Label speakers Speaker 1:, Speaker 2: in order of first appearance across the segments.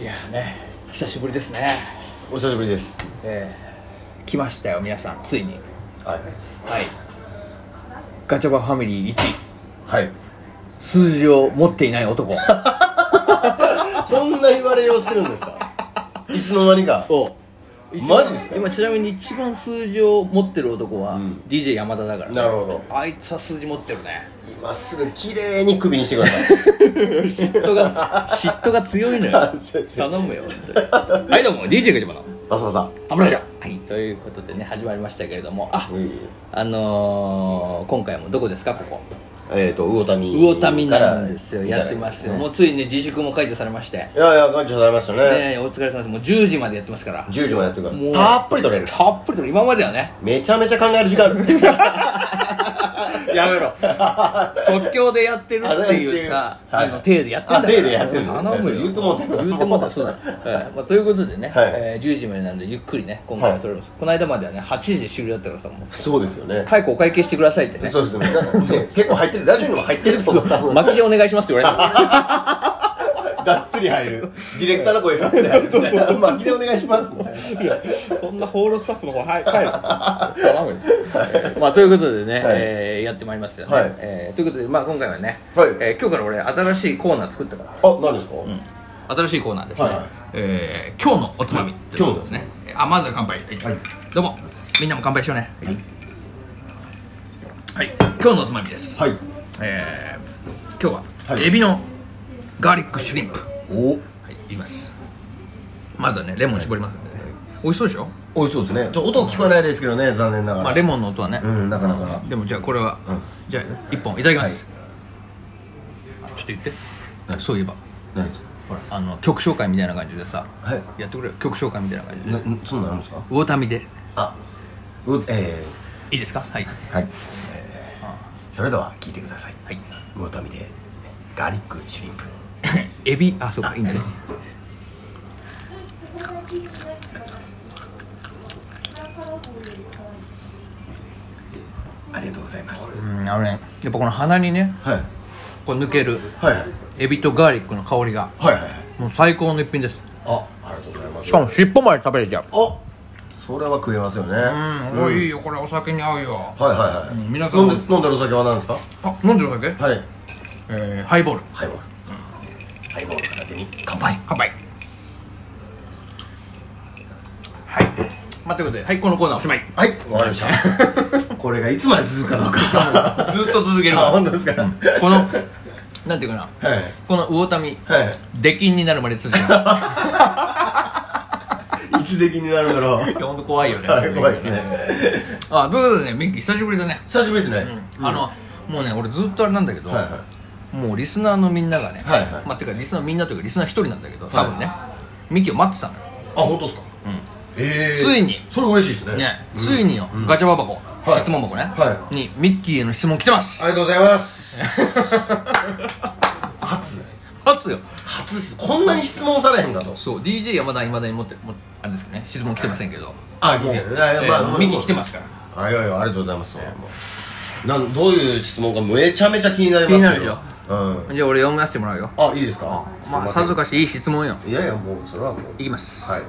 Speaker 1: いやね久しぶりですね
Speaker 2: お久しぶりです
Speaker 1: えー、来ましたよ皆さんついに
Speaker 2: はい
Speaker 1: はいガチャバファミリー1
Speaker 2: はい
Speaker 1: 数字を持っていない 男
Speaker 2: そんな言われようしてるんですか いつの間にか
Speaker 1: お
Speaker 2: マジですか
Speaker 1: 今ちなみに一番数字を持ってる男は、
Speaker 2: うん
Speaker 1: DJ 山田だから、
Speaker 2: なるほど
Speaker 1: あいつは数字持ってるね
Speaker 2: 今すぐ綺麗にクビにしてくださ い
Speaker 1: 嫉妬が嫉妬が強いの よ頼むよ本当にはいどうも DJ ガチャバの
Speaker 2: バサバサ
Speaker 1: 油じゃはいということでね始まりましたけれどもあ、あのー、今回もどこですかここ
Speaker 2: えっ、ー、と魚谷
Speaker 1: 魚民なんですよ
Speaker 2: から
Speaker 1: やってますよ、
Speaker 2: ね
Speaker 1: もうついにね自粛も解除されましてね
Speaker 2: いやいや感謝されましたね
Speaker 1: えお疲れ様ですもう10時までやってますから
Speaker 2: 10時までやってるか
Speaker 1: もう
Speaker 2: らたっぷり取れる
Speaker 1: たっぷりと今までは ね
Speaker 2: めちゃめちゃ考える時間ある
Speaker 1: やめろ 即興でやってるっていうさ
Speaker 2: あ
Speaker 1: あの手でやってんだから
Speaker 2: あ手でやってんだ
Speaker 1: 頼むよ
Speaker 2: 言うと思ったよ
Speaker 1: 言うと思ったそうだ、はいまあ、ということでね、
Speaker 2: はい
Speaker 1: えー10時までなんでゆっくりね今回は撮れます、この間まではね8時で終了だったからさもう
Speaker 2: そうですよね
Speaker 1: 早くお会計してくださいってね
Speaker 2: そうですよねだからね結構入ってるラジオにも入ってると思う多 分
Speaker 1: 巻きでお願いしますって言われた
Speaker 2: がっつり入るディレクターの声かけて入る そうそうそう巻きでお願いしますみたいない
Speaker 1: やそんな放浪スタッフの方はい帰る頼むよえーまあということでね、
Speaker 2: はい
Speaker 1: えーやってまいりましたよね、
Speaker 2: はい
Speaker 1: えーということで、まあ、今回はね、
Speaker 2: はい
Speaker 1: えー今日から俺新しいコーナー作ったから
Speaker 2: あ何ですか、
Speaker 1: 新しいコーナーですね、
Speaker 2: はいはい
Speaker 1: えー今日のおつまみということですねあまずは乾杯、はいどうもみんなも乾杯しようねはい、はい今日のおつまみです、
Speaker 2: はい
Speaker 1: えー今日は、
Speaker 2: はい
Speaker 1: エビのガーリックシュリンプ
Speaker 2: お
Speaker 1: はい、言いますまずはねレモン絞りますんでね、美味しそうでしょ
Speaker 2: 美味しそうですねちょ音聞こえないですけどね残念ながら、
Speaker 1: まあレモンの音はね、
Speaker 2: うんなかなか
Speaker 1: でもじゃあこれは、
Speaker 2: うん
Speaker 1: じゃあ1本いただきます、ちょっと言ってそういえば
Speaker 2: 何です
Speaker 1: ほらあの曲紹介みたいな感じでさ、
Speaker 2: はい
Speaker 1: やってくれよ曲紹介みたいな感じで
Speaker 2: なそんなんあるんですか
Speaker 1: 魚民で
Speaker 2: あうえ
Speaker 1: いいですかはい
Speaker 2: ー、はい、えー、それでは聞いてください
Speaker 1: はい
Speaker 2: 魚民でガーリックシュリンプ
Speaker 1: エビあそうかいいんだね
Speaker 2: ありがとうございます
Speaker 1: うんあのねやっぱこの鼻にね
Speaker 2: はい
Speaker 1: こう抜ける
Speaker 2: はい
Speaker 1: エビとガーリックの香りが
Speaker 2: はいはい
Speaker 1: もう最高の一品です
Speaker 2: あありがとうございます
Speaker 1: しかも尻尾まで食べれちゃう
Speaker 2: あそれは食えますよねうん
Speaker 1: うん、おいいよこれお酒に合うよ
Speaker 2: はいはいはい、
Speaker 1: うん皆さん
Speaker 2: 飲ん
Speaker 1: も
Speaker 2: で飲んでるお酒は何ですか
Speaker 1: あ飲んでるだけ、
Speaker 2: はい
Speaker 1: えー、ハイボール
Speaker 2: ハイボール、ハイボール片手に乾杯
Speaker 1: 乾杯はいまあということではいこのコーナーおしまい
Speaker 2: はいわかりました これがいつまで続くかどう か
Speaker 1: ずっと続ける
Speaker 2: あ
Speaker 1: わ
Speaker 2: 本当ですか、
Speaker 1: このなんていうかな、
Speaker 2: はい
Speaker 1: この魚民
Speaker 2: は
Speaker 1: 出禁になるまで続 けますい
Speaker 2: いいつ出禁になるん だろう
Speaker 1: や本当怖いよね
Speaker 2: はい怖いですね
Speaker 1: あということでねミッキー久しぶりだね、
Speaker 2: 久しぶりですね、
Speaker 1: あのもうね俺ずっとあれなんだけど、
Speaker 2: はいは
Speaker 1: もうリスナーのみんながね、
Speaker 2: はいはい
Speaker 1: まあてかリスナーみんなというかリスナー一人なんだけど
Speaker 2: い
Speaker 1: 多分ね、ミッキーを待ってたのよ
Speaker 2: あ本当ですかええ
Speaker 1: ついに
Speaker 2: それ嬉しいですね
Speaker 1: ね、ついによ、ガチャババコ、
Speaker 2: はい
Speaker 1: 質問箱ね、
Speaker 2: はい
Speaker 1: にミッキーへの質問来てます
Speaker 2: ありがとうございます 初
Speaker 1: 初よ
Speaker 2: 初ですこんなに質問されへんかと
Speaker 1: そう DJ 山田いまだに持ってもあれですけどね質問来てませんけど
Speaker 2: あ来てるいやいや
Speaker 1: えー
Speaker 2: まあ
Speaker 1: もうミッキー来てますから
Speaker 2: あいやいやありがとうございますそうもうなんどういう質問かめちゃめちゃ気になります
Speaker 1: 気になるよ
Speaker 2: うん
Speaker 1: じゃあ俺読ませてもらうよ
Speaker 2: あいいですか
Speaker 1: まあ
Speaker 2: すい
Speaker 1: さ
Speaker 2: せ
Speaker 1: ぞかしいい質問よ
Speaker 2: んいやいやもうそれはもう
Speaker 1: いきます、
Speaker 2: はい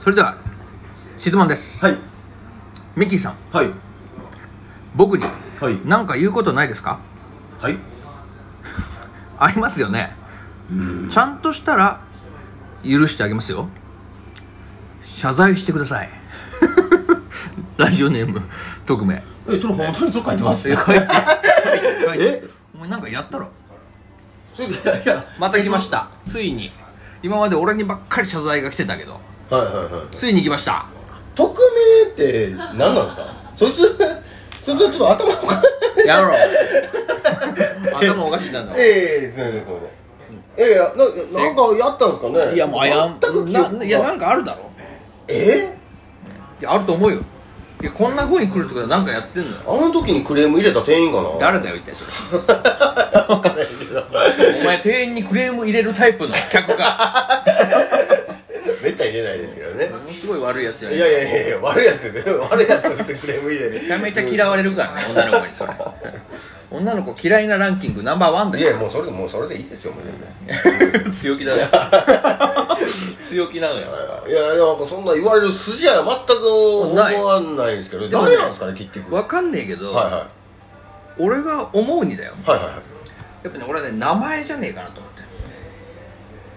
Speaker 1: それでは質問です、
Speaker 2: はい
Speaker 1: ミッキーさん
Speaker 2: はい
Speaker 1: 僕に
Speaker 2: はい
Speaker 1: 何か言うことないですか
Speaker 2: はい
Speaker 1: ありますよねちゃんとしたら許してあげますよ謝罪してください ラジオネーム匿名
Speaker 2: えそれ本当にそう書いてま す
Speaker 1: え書いて書いて
Speaker 2: え
Speaker 1: お前なんかやったろ
Speaker 2: それいやいや
Speaker 1: また来ましたついに今まで俺にばっかり謝罪が来てたけど
Speaker 2: はいはいはい
Speaker 1: ついに来ました
Speaker 2: 匿名って何なんですかそいつそいつちょっと頭おかしい
Speaker 1: やろ う頭おかしいなんだ
Speaker 2: ええすいませんすいませんいやいやななんかやったんですかね
Speaker 1: いやもうあやん
Speaker 2: 全く記憶が
Speaker 1: いやなんかあるだろ
Speaker 2: え
Speaker 1: いやあると思うよいやこんな風に来るってことはなんかやってんのよ
Speaker 2: あの時にクレーム入れた店員かな
Speaker 1: 誰だよ一体それ お前店員にクレーム入れるタイプの客 か
Speaker 2: めったに入れないですけどね
Speaker 1: ものすごい悪いやつじゃ
Speaker 2: い
Speaker 1: な
Speaker 2: や
Speaker 1: い
Speaker 2: いやいやいや悪いやつで悪いやつ別にクレーム入れ
Speaker 1: め
Speaker 2: る
Speaker 1: ちゃめちゃ嫌われるからね女の子にそれ 女の子嫌いなラ ンキングナンバーワンだ
Speaker 2: い
Speaker 1: よ
Speaker 2: やもうそれでもうそれでいいですよもう全然
Speaker 1: 強気だね 強気なのよ
Speaker 2: いやいやなんかそんな言われる筋合いは全く思わないんですけど
Speaker 1: でもね
Speaker 2: 誰なんですかね結局はい
Speaker 1: わかんねえけど、
Speaker 2: はいはい
Speaker 1: 俺が思うにだよ
Speaker 2: はいはい
Speaker 1: やっぱね俺はね名前じゃねえかなと思って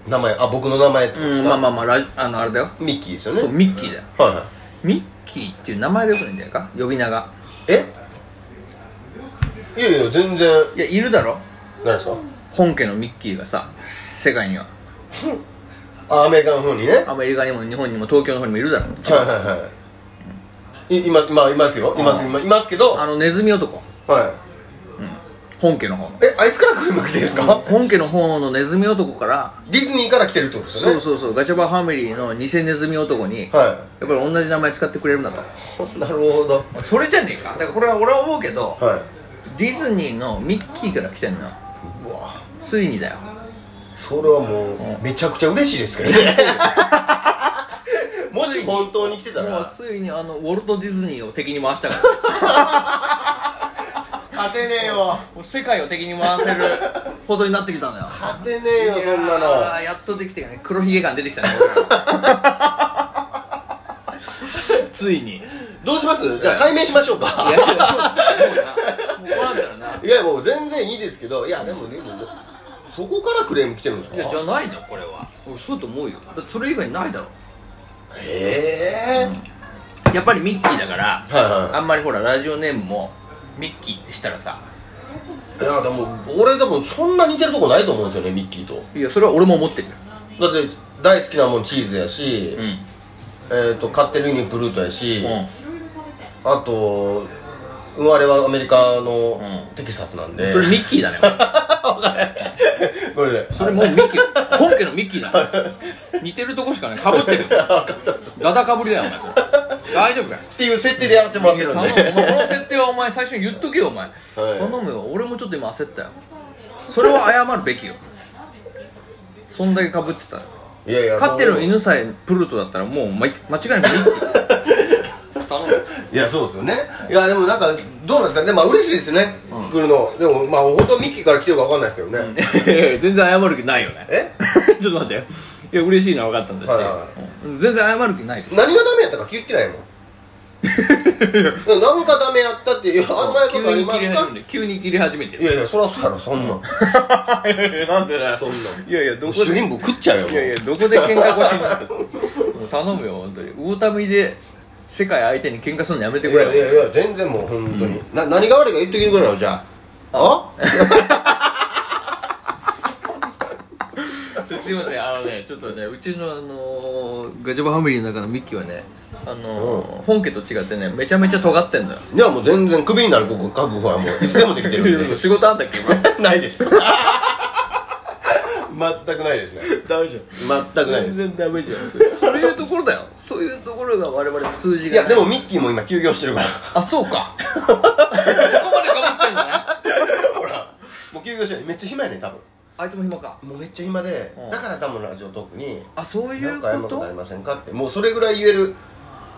Speaker 2: 名前あ僕の名前ってこと
Speaker 1: うんまあまあまあラジあのあれだよ
Speaker 2: ミッキーですよね
Speaker 1: そうミッキーだよ
Speaker 2: はいはい
Speaker 1: ミッキーっていう名前でよくないんじゃないか呼び名が
Speaker 2: えいやいや全然
Speaker 1: いやいるだろ
Speaker 2: 何ですか
Speaker 1: 本家のミッキーがさ世界には
Speaker 2: あアメリカの方にねはい
Speaker 1: アメリカにも日本にも東京の方にもいるだろ
Speaker 2: はいはいい今今いますよいます
Speaker 1: うん
Speaker 2: 今いますけど
Speaker 1: あのネズミ男
Speaker 2: は
Speaker 1: 本家の方の
Speaker 2: いえあいつから来るの来てるんですか
Speaker 1: 本家の方のネズミ男から
Speaker 2: ディズニーから来てるってことですよ
Speaker 1: そう
Speaker 2: ね
Speaker 1: そうそうガチャバファミリーの偽ネズミ男にやっ
Speaker 2: は
Speaker 1: ぱり同じ名前使ってくれるんだと
Speaker 2: いなるほど
Speaker 1: それじゃねえかだからこれは俺は思うけど
Speaker 2: はい
Speaker 1: ディズニーのミッキーから来てんのよ
Speaker 2: うわ
Speaker 1: ついにだよ
Speaker 2: それはもうめちゃくちゃ嬉しいですけどね もし本当に来てた
Speaker 1: もう
Speaker 2: ら
Speaker 1: ついにあのウォルト・ディズニーを敵に回したから
Speaker 2: 勝てねえよ
Speaker 1: もう世界を敵に回 せるほどになってきたのよ
Speaker 2: 勝てねえよそんなの
Speaker 1: やーやっとできてね黒ひげ感出てきたね俺らついにい
Speaker 2: どうしますじゃあ解明しましょうか
Speaker 1: やいやそうもうなもうこうなったらない
Speaker 2: やもう全然いいですけどいやでもでもそこからクレーム来てるんですか
Speaker 1: いやじゃないのこれは俺そうだと思うよだってそれ以外ないだろ
Speaker 2: ええ
Speaker 1: やっぱりミッキーだから
Speaker 2: はい
Speaker 1: あんまりほらラジオネームもミッキーってしたらさ
Speaker 2: いやでも俺でもそんな似てるとこないと思うんですよねミッキーと
Speaker 1: いやそれは俺も思ってるよ
Speaker 2: だって大好きなもんチーズやし、
Speaker 1: うん
Speaker 2: えっ、と買ってるユニプルートやし、
Speaker 1: うん
Speaker 2: あと生まれはアメリカの
Speaker 1: うん
Speaker 2: テキサスなんで、
Speaker 1: それミッキーだね
Speaker 2: これで
Speaker 1: それもうミッキー本家のミッキーだ ね似てるとこしかないかぶって るダダかぶりだよお前それ大丈夫かよ
Speaker 2: っていう設定でやってもらっ
Speaker 1: い
Speaker 2: て
Speaker 1: や
Speaker 2: るん
Speaker 1: 頼むお前その
Speaker 2: で
Speaker 1: 設定はお前最初に言っとけよお前、頼むよ俺もちょっと今焦ったよそれは謝るべきよそんだけかぶってたら
Speaker 2: いやいや
Speaker 1: 飼ってる犬さえプルートだったらもうま間違いなくミッキ ー頼む
Speaker 2: いやそうですよねいやでもなんかどうなんですかねまあ嬉しいですね、来るのでもまあ本当ミッキーから来てるかわかんないですけどね、
Speaker 1: 全然謝る気ないよね
Speaker 2: え
Speaker 1: ちょっと待ってよいや嬉しいのは分かったんだけど、
Speaker 2: はいは
Speaker 1: うん全然謝る気ないでしょ
Speaker 2: 何がダメやったか言ってないも んなんかダメやったっていやあんまりこ
Speaker 1: 急
Speaker 2: とあり
Speaker 1: に
Speaker 2: ま
Speaker 1: 切り
Speaker 2: す
Speaker 1: 始
Speaker 2: か
Speaker 1: めて急に切り始めて
Speaker 2: い
Speaker 1: る
Speaker 2: やいやそりゃそうやろそんなん
Speaker 1: いやいやなんでだよ
Speaker 2: そんなん
Speaker 1: いやいやどこ
Speaker 2: 主任部食っちゃうよもう
Speaker 1: いやいやどこで喧嘩腰になったの もう頼むよ本当に魚民で世界相手に喧嘩するのやめて
Speaker 2: い
Speaker 1: くれ
Speaker 2: やい
Speaker 1: よ
Speaker 2: やいや全然もう本当に、な何が悪いか言ってきてくれよじゃああ
Speaker 1: すいませんあのねちょっとねうちのあのーガジョバファミリーの中のミッキーはねあのー本家と違ってねめちゃめちゃ尖ってんのよ
Speaker 2: いやもう全然クビになる覚悟はもういつでもできてるん で
Speaker 1: 仕事あんだっけ今
Speaker 2: ないです 全くないですね
Speaker 1: 大丈夫
Speaker 2: 全くないです
Speaker 1: 然ダメじゃんそういうところだよそういうところが我々数字
Speaker 2: い
Speaker 1: がな
Speaker 2: やでもミッキーも今休業してるから
Speaker 1: あそうかそこまでかぶってんだね
Speaker 2: ほらもう休業してるめっちゃ暇やねん多分
Speaker 1: あいつも暇か
Speaker 2: もうめっちゃ暇で、
Speaker 1: うん
Speaker 2: だから多分ラジオトークに
Speaker 1: あそうい
Speaker 2: な
Speaker 1: うんこ
Speaker 2: か謝ることとありませんかってもうそれぐらい言える、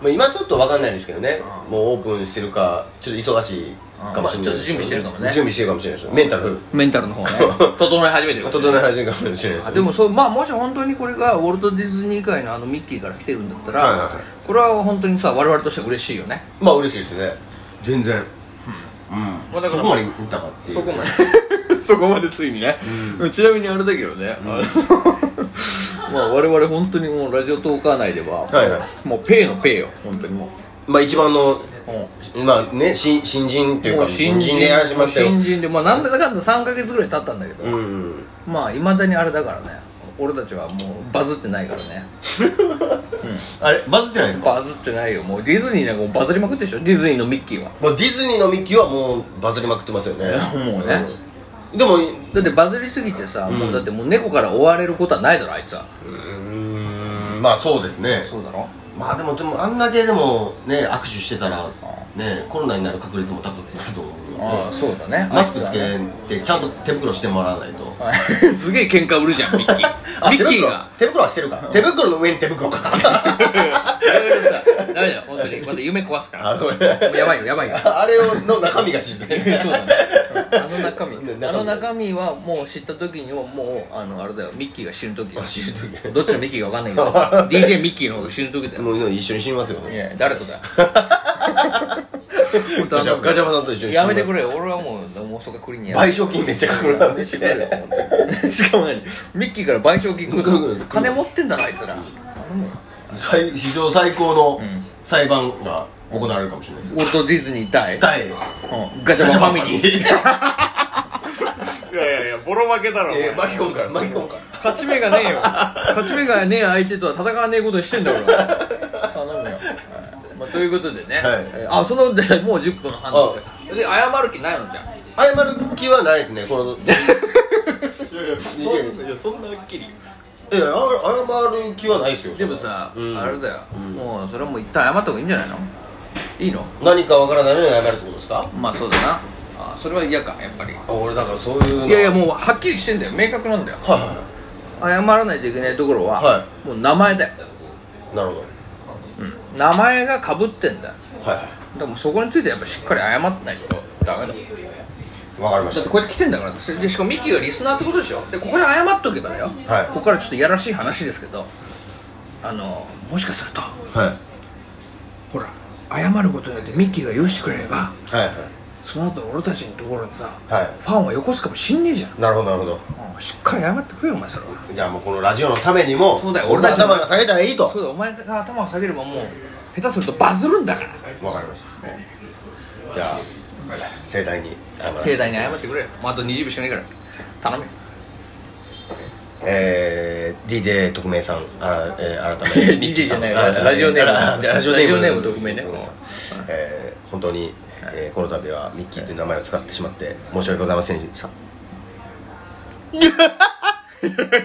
Speaker 2: まあ、今ちょっと分かんないですけどね、
Speaker 1: うん
Speaker 2: もうオープンしてるかちょっと忙しいかもしれない、
Speaker 1: うんまあちょっと準備してるかもね
Speaker 2: 準備してるかもしれないですよメンタル
Speaker 1: メンタル の方ね整え始めてる
Speaker 2: 整え始めるかもしれない
Speaker 1: あ
Speaker 2: で
Speaker 1: ですもそうまあもし本当にこれがウォルト・ディズニー界のあのミッキーから来てるんだったら、
Speaker 2: はいはいはい
Speaker 1: これは本当にさ我々としては嬉しいよね
Speaker 2: まあ嬉しいですね全然うん、
Speaker 1: まあだから
Speaker 2: そこまで見たかっていう
Speaker 1: まで そこまでついにね、ちなみにあれだけどね、あの まあ我々本当にもうラジオトーカー内では、
Speaker 2: はいは
Speaker 1: もうペイのペイよ本当にもう
Speaker 2: まあ一番の
Speaker 1: うん
Speaker 2: まあね新新人っていう
Speaker 1: も
Speaker 2: か
Speaker 1: う
Speaker 2: 新人でやらしましたよ
Speaker 1: 新人でまあなんだかんだ3ヶ月ぐらい経ったんだけど、
Speaker 2: うん
Speaker 1: まあいまだにあれだからね俺たちはもうバズってないからね
Speaker 2: あれバズってないですか
Speaker 1: バズってないよもうディズニーなんかもうバズりまくってるでしょディズニーのミッキーは
Speaker 2: もうディズニーのミッキーはもうバズりまくってますよ ね
Speaker 1: もうね
Speaker 2: うんでもう
Speaker 1: だってバズりすぎてさ、もうだってもう猫から追われることはないだろあいつは
Speaker 2: ーんまあそうですね
Speaker 1: そうだろ
Speaker 2: まあでもでもあんだけでもね握手してたらねコロナになる確率も高くなると思うんで
Speaker 1: ああそうだね
Speaker 2: マスクつ
Speaker 1: あいつはね
Speaker 2: けてちゃんと手袋してもらわないと
Speaker 1: はいすげえ喧嘩売るじゃんミッキー
Speaker 2: あ
Speaker 1: ミッキー
Speaker 2: 手袋
Speaker 1: が
Speaker 2: 手袋はしてるか手袋の上に手袋か
Speaker 1: いろいろさダメだよ本当にまた夢壊すから
Speaker 2: あごめん
Speaker 1: もうやばいよやばいよ
Speaker 2: あれをの中身が知ってる
Speaker 1: そうだねあの中身
Speaker 2: ね中身
Speaker 1: あの中身はもう知った時にはもうあのあれだよミッキーが死ぬ時よ
Speaker 2: あ死ぬ時
Speaker 1: どっちのミッキーか分かん ないけど DJ ミッキーの方が死ぬ時だよ
Speaker 2: もう一緒に死にますよ
Speaker 1: いや誰とだよ本当
Speaker 2: ガ
Speaker 1: あ
Speaker 2: チャ
Speaker 1: の
Speaker 2: ガチャバさんと一緒に
Speaker 1: やめてく
Speaker 2: れ
Speaker 1: れよ俺はもうもうそこはクリーンにや
Speaker 2: 賠償金めっちゃかかる話して
Speaker 1: やだよ本当にしかもねミッキーから賠償金来るの金持ってんだなあいつら頼むよ
Speaker 2: 最史上最高の
Speaker 1: うん
Speaker 2: 裁判が行われるかもしれないです
Speaker 1: ウォルト・ディズニー対
Speaker 2: 対
Speaker 1: うんガチャバンファミリー
Speaker 2: ー
Speaker 3: いやいやいやボロ負けだろお前
Speaker 2: 巻き込むから巻き込むから
Speaker 1: 勝ち目がね えよ勝ち目がねえ相手とは戦わねえことにしてんだ俺は頼むよ、はいまあ、ということでね、
Speaker 2: はい
Speaker 1: えーあそのでもう10分半ですよで謝る気ないのじゃん
Speaker 2: 謝る気はないですね このい
Speaker 3: いやそんなはっきり
Speaker 2: やいや謝る気はないですよ
Speaker 1: でもさ、
Speaker 2: うん
Speaker 1: あれだよ、
Speaker 2: うん
Speaker 1: もうそれはもう一旦謝った方がいいんじゃないのいいの
Speaker 2: 何かわからないのに謝るってことですか
Speaker 1: まあそうだなあそれは嫌かやっぱり
Speaker 2: あ俺だからそういうの
Speaker 1: いやいやもうはっきりしてんだよ明確なんだよ
Speaker 2: はいはいは
Speaker 1: 謝らないといけないところは、
Speaker 2: は
Speaker 1: もう名前だよ、
Speaker 2: いなるほど
Speaker 1: うん、名前がかぶってんだよ
Speaker 2: はいは
Speaker 1: でもうそこについてやっぱしっかり謝ってないとダメだよ
Speaker 2: いわかりま
Speaker 1: だっ
Speaker 2: して
Speaker 1: こうやって来てんだからでしかもミキがリスナーってことでしょでここで謝っとけばだよ、
Speaker 2: はい
Speaker 1: ここからちょっといやらしい話ですけどあのもしかすると
Speaker 2: たはい
Speaker 1: ほら謝ることによってミッキーが許してくれれば
Speaker 2: はいは
Speaker 1: その後俺たちのところにさ、
Speaker 2: はい
Speaker 1: ファンをよこすかもしんねえじゃん、
Speaker 2: いなるほどなるほど
Speaker 1: うんしっかり謝ってくれよお前それは
Speaker 2: じゃあもうこのラジオのためにも
Speaker 1: そうだよ
Speaker 2: 俺
Speaker 1: 俺
Speaker 2: の
Speaker 1: たちの
Speaker 2: 頭が下げたらいいとわ
Speaker 1: そうだお前が頭を下げればもう下手するとバズるんだから
Speaker 2: かりましたねじゃあ盛大に謝らせ
Speaker 1: 盛
Speaker 2: て
Speaker 1: 大に謝ってくれよもうあと20秒しかないから頼め
Speaker 2: えー DJ 特命さんあら、え ー改めて
Speaker 1: DJ じゃない
Speaker 2: あ
Speaker 1: ラジオネーム
Speaker 2: あラジオネーム
Speaker 1: ラジオネーム特命ね
Speaker 2: うんえー本当に、えーこの度はミッキーという名前を使ってしまって申し訳ございませんでした